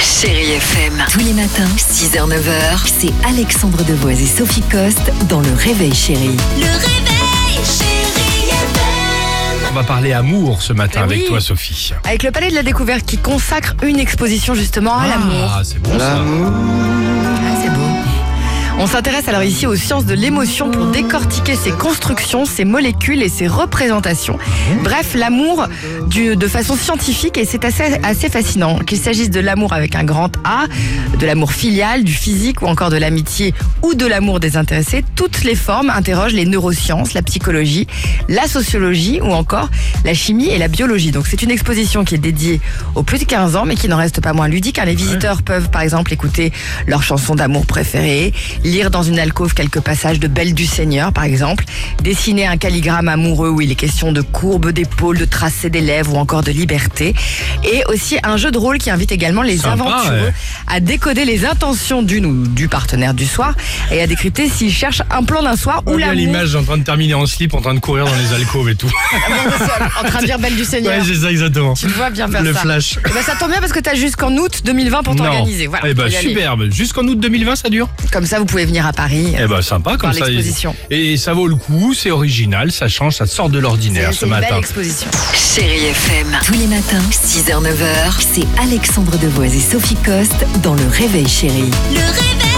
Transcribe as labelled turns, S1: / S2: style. S1: Chérie FM.
S2: Tous les matins, 6h-9h, c'est Alexandre Devoise et Sophie Coste dans Le Réveil Chérie.
S3: Le réveil, chérie FM.
S4: On va parler amour ce matin
S5: Eh
S4: avec
S5: oui.
S4: toi, Sophie.
S5: Avec le Palais de la Découverte qui consacre une exposition justement à l'amour.
S4: Ah, c'est bon ça.
S5: Ah, c'est beau. On s'intéresse alors ici aux sciences de l'émotion pour décortiquer ses constructions, ses molécules et ses représentations. Bref, l'amour du- de façon scientifique et c'est assez, assez fascinant. Qu'il s'agisse de l'amour avec un grand A, de l'amour filial, du physique ou encore de l'amitié ou de l'amour désintéressé, toutes les formes interrogent les neurosciences, la psychologie, la sociologie ou encore la chimie et la biologie. Donc c'est une exposition qui est dédiée aux plus de 15 ans mais qui n'en reste pas moins ludique. hein. Les visiteurs peuvent par exemple écouter leurs chansons d'amour préférées, lire dans une alcôve quelques passages de Belle du Seigneur par exemple, dessiner un calligramme amoureux où il est question de courbes d'épaules, de tracés des lèvres ou encore de liberté. Et aussi un jeu de rôle qui invite également les
S4: Sympa,
S5: aventureux
S4: ouais.
S5: à décoder les intentions d'une ou du partenaire du soir et à décrypter s'il cherche un plan d'un soir ou
S4: On a
S5: l'amour
S4: l'image en train de terminer en slip, en train de courir dans les alcôves et tout.
S5: en train de dire Belle du Seigneur.
S4: ouais, c'est ça exactement.
S5: Tu le vois bien faire
S4: Le
S5: ça.
S4: flash.
S5: Eh ben, ça tombe bien parce que t'as jusqu'en août 2020 pour
S4: Non.
S5: t'organiser. Voilà,
S4: eh ben,
S5: faut y aller.
S4: superbe. Jusqu'en août 2020, ça dure.
S5: Comme ça, vous pouvez venir à Paris.
S4: Eh ben, sympa comme
S5: Par
S4: ça.
S5: l'exposition.
S4: Et ça vaut le coup, c'est original, ça change, ça sort de l'ordinaire
S5: C'est
S4: ce
S5: c'est une belle
S4: matin.
S5: exposition.
S1: Chérie FM.
S2: Tous les matins, 6h-9h, c'est Alexandre Devoise et Sophie Coste dans Le Réveil Chérie.
S3: Le réveil.